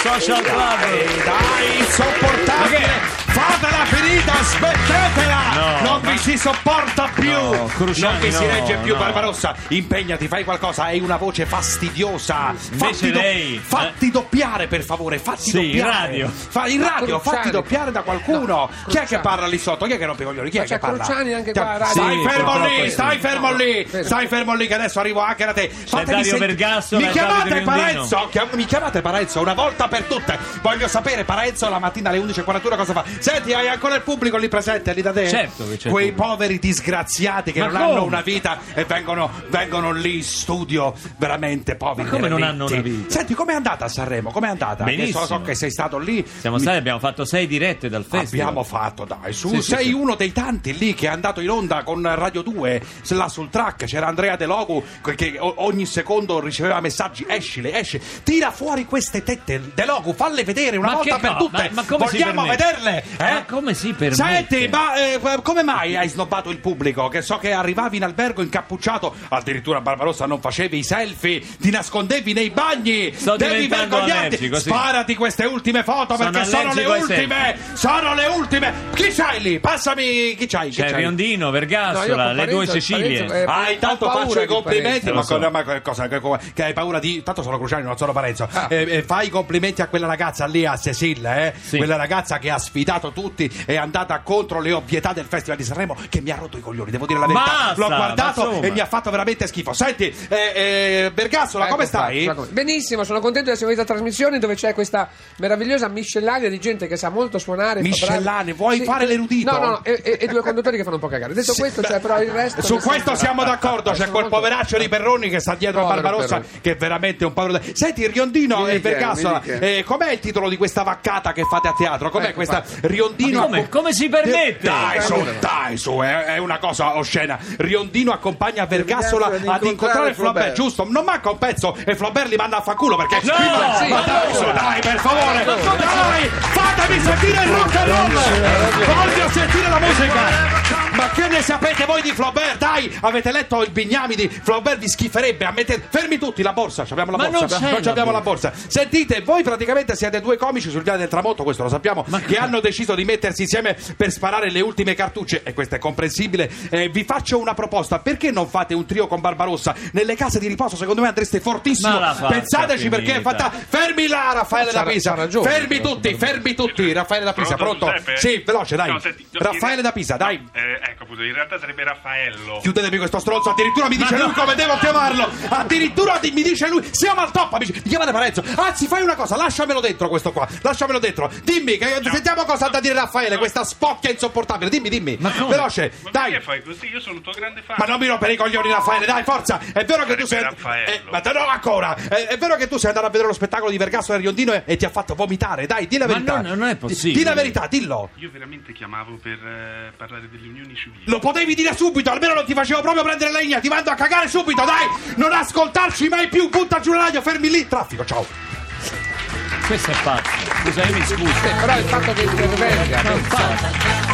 Social Dai, Club. dai, Ma insopportabile! che- Fatela finita, smettetela! No, non ma- vi si sopporta più! No, Cruciani, non vi si no, regge più, no. Barbarossa! Impegnati, fai qualcosa, hai una voce fastidiosa! Invece fatti do- lei, eh. fatti doppiare, per favore, fatti Sì, in doppiare! radio. Fa- in radio, Cruciani. fatti doppiare da qualcuno! Chi è che Cruciani. parla lì sotto? Chi è che rompe i coglioni? Chi è Ma c'è che parla? Cruciani anche qua, Ti- radio. Stai Sì, fermo purtroppo lì, sì. stai fermo lì! Stai fermo lì, che adesso arrivo anche da te! Fatemi Dario senti- Vergasso, Mi la Davide chiamate Biondino. Parenzo! No, chiam- mi chiamate Parenzo una volta per tutte. Voglio sapere, Parenzo, la mattina alle 11.41 cosa fa. Senti, hai ancora il pubblico lì presente, lì da te? Certo che c'è il Quei pubblico. poveri disgraziati che Ma non come? hanno una vita e vengono, vengono lì in studio, veramente poveri. Ma come non veramente. hanno una vita? Senti, com'è andata a Sanremo? Com'è andata? Che Benissimo. So, so che sei stato lì. Siamo Mi- stati, abbiamo fatto sei dirette dal festival. Abbiamo fatto, dai, su. Sì, sì, sei sì. uno dei tanti lì che è andato in onda con Radio 2, s- là sul track c'era Andrea De Logu che- che o- ogni secondo riceveva messaggi, escile, esci, tira fuori queste tette, De Logu, falle vedere una Ma volta che per co- ma- tutte. ma come si Vogliamo permette? vederle, eh? Ma come si permette? Senti, ma eh, come mai hai snobbato il pubblico? Che so che arrivavi in albergo incappucciato, addirittura a Barbarossa non facevi i selfie, ti nascondevi nei bagni, Sto devi diventando vergognarti. allergico, sì. Sparati queste ultime foto Sono perché sono le allergico ai ultime. Eh, sono le ultime! Chi c'hai lì? Passami chi c'hai? Chi C'è c'hai? Cioè, Riondino, No, io Vergassola, con le due Parenzo- Cecilie. Parenzo, eh, Ah, intanto Ho paura faccio i di complimenti. Parenzo. Ma, Lo so. con- ma che cosa? Che, che hai paura di. Tanto sono Cruciani, non sono Parenzo. Eh, eh, fai i complimenti a quella ragazza lì, a Cecilla, eh? Sì. quella ragazza che ha sfidato tutti è andata contro le ovvietà del Festival di Sanremo, che mi ha rotto i coglioni, devo dire la verità. Basta, L'ho ma guardato insomma. e mi ha fatto veramente schifo. Senti, eh, eh, Bergassola, Ecco come qua, stai? ecco qua. Benissimo, sono contento di essere in questa trasmissione dove c'è questa meravigliosa miscellanea di gente che sa molto suonare. fa bravi- Miscellanea, vuoi fare l'erudito? No, no, no, e, e- e due conduttori che fanno un po' cagare. Detto questo, c'è però il resto. Su che questo sembra- siamo d'accordo, c'è Sono quel molto- poveraccio di Perroni che sta dietro a Povero Barbarossa Perroni. che è veramente un povero. Senti, Riondino Mi e dica, Vergassola, mi dica. eh, com'è il titolo di questa vaccata che fate a teatro? Com'è Ecco, questa infatti. Riondino Ma come- accom- come si permette? eh, Dai su, Dai, dai su, è, è una cosa oscena. Riondino accompagna Vergassola Vergassola ad incontrare Flaubert. Flaubert. giusto? Non manca un pezzo e Flaubert li manda a fa culo perché No, scrivono- sì, ma dai su, dai, per favore. Dai, fatemi sentire il rock and roll. Voglio sentire la musica. Ma che ne sapete voi di Flaubert? Dai, avete letto il Bignami di Flaubert vi schiferebbe. Ammette... Fermi tutti, la borsa, ci abbiamo la Ma borsa. non c'è la ci abbiamo la borsa. borsa. Sentite, voi praticamente siete due comici sul viale del tramonto, questo lo sappiamo, che hanno deciso di mettersi insieme per sparare le ultime cartucce, e questo è comprensibile. Eh, vi faccio una proposta: perché non fate un trio con Barbarossa? Nelle case di riposo, secondo me andreste fortissimo. Ma la faccia Pensateci finita. perché è fatta. Fermi là, Raffaele C'ha- da Pisa. c'ha ragione, fermi però, tutti, fermi tutti, Raffaele da Pisa, pronto? Pronto, Giuseppe? Sì, veloce, dai. No, senti, no, Raffaele in- da Pisa, dai. Eh, ecco, appunto, in realtà sarebbe Raffaello. Chiudetemi questo stronzo, addirittura mi dice lui come devo chiamarlo. Addirittura di- mi dice lui, siamo al top, amici. Mi chiamate Parenzo. Anzi, fai una cosa, lasciamelo dentro questo qua. Lasciamelo dentro. Dimmi, che, sentiamo cosa ha da dire Raffaele, questa spocchia insopportabile. Dimmi, dimmi. Veloce, Ma dai. perché fai così? Io sono tuo grande fan. Ma non mi rompere i coglioni, Raffaele, dai, forza! È vero che tu sei. Sarebbe Raffaello. Eh, ma te- no, ancora! È, è vero che tu sei andato a vedere lo spettacolo di Vergasso e Riondino e, e ti ha fatto vomitare, dai, di la Ma verità. non- non è Di- possibile. Di la verità, dillo. Io veramente chiamavo per eh, parlare delle unioni civili. Lo potevi dire subito, almeno non ti facevo proprio prendere legna, ti mando a cagare subito, dai! Non ascoltarci mai più, butta giù la radio, fermi lì, traffico, ciao! Questo è pazzo. Scusa, io mi scuso. Eh, Però il fatto che intervenga. Ma è pazzo.